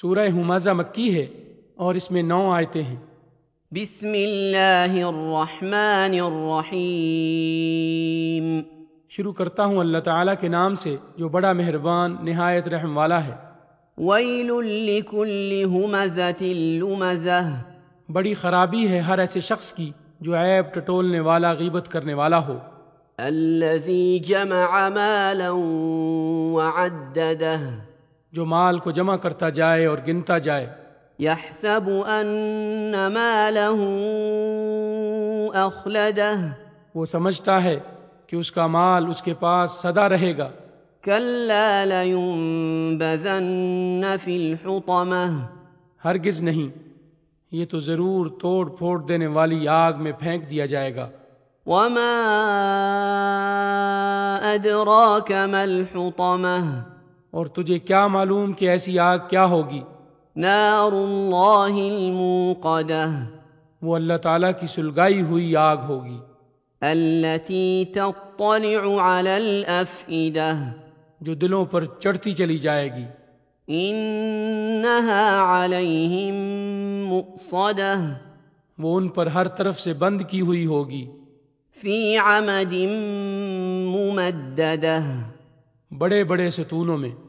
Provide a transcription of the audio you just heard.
سورہ ہمازہ مکی ہے اور اس میں نو آیتیں ہیں بسم اللہ الرحمن الرحیم شروع کرتا ہوں اللہ تعالیٰ کے نام سے جو بڑا مہربان نہایت رحم والا ہے ویل لکل ہمزۃ لمزہ بڑی خرابی ہے ہر ایسے شخص کی جو عیب ٹٹولنے والا غیبت کرنے والا ہو الذی جمع مالا وعددہ جو مال کو جمع کرتا جائے اور گنتا جائے يحسب أن ماله أخلده وہ سمجھتا ہے کہ اس کا مال اس کے پاس سدا رہے گا كلا لينبذن في الحطمة ہرگز نہیں یہ تو ضرور توڑ پھوڑ دینے والی آگ میں پھینک دیا جائے گا وما أدراك ما الحطمة اور تجھے کیا معلوم کہ ایسی آگ کیا ہوگی نار الله الموقدة وہ اللہ تعالیٰ کی سلگائی ہوئی آگ ہوگی التي تطلع على الأفئدة جو دلوں پر چڑھتی چلی جائے گی إنها عليهم مؤصدة وہ ان پر ہر طرف سے بند کی ہوئی ہوگی في عمد ممدده بڑے بڑے ستونوں میں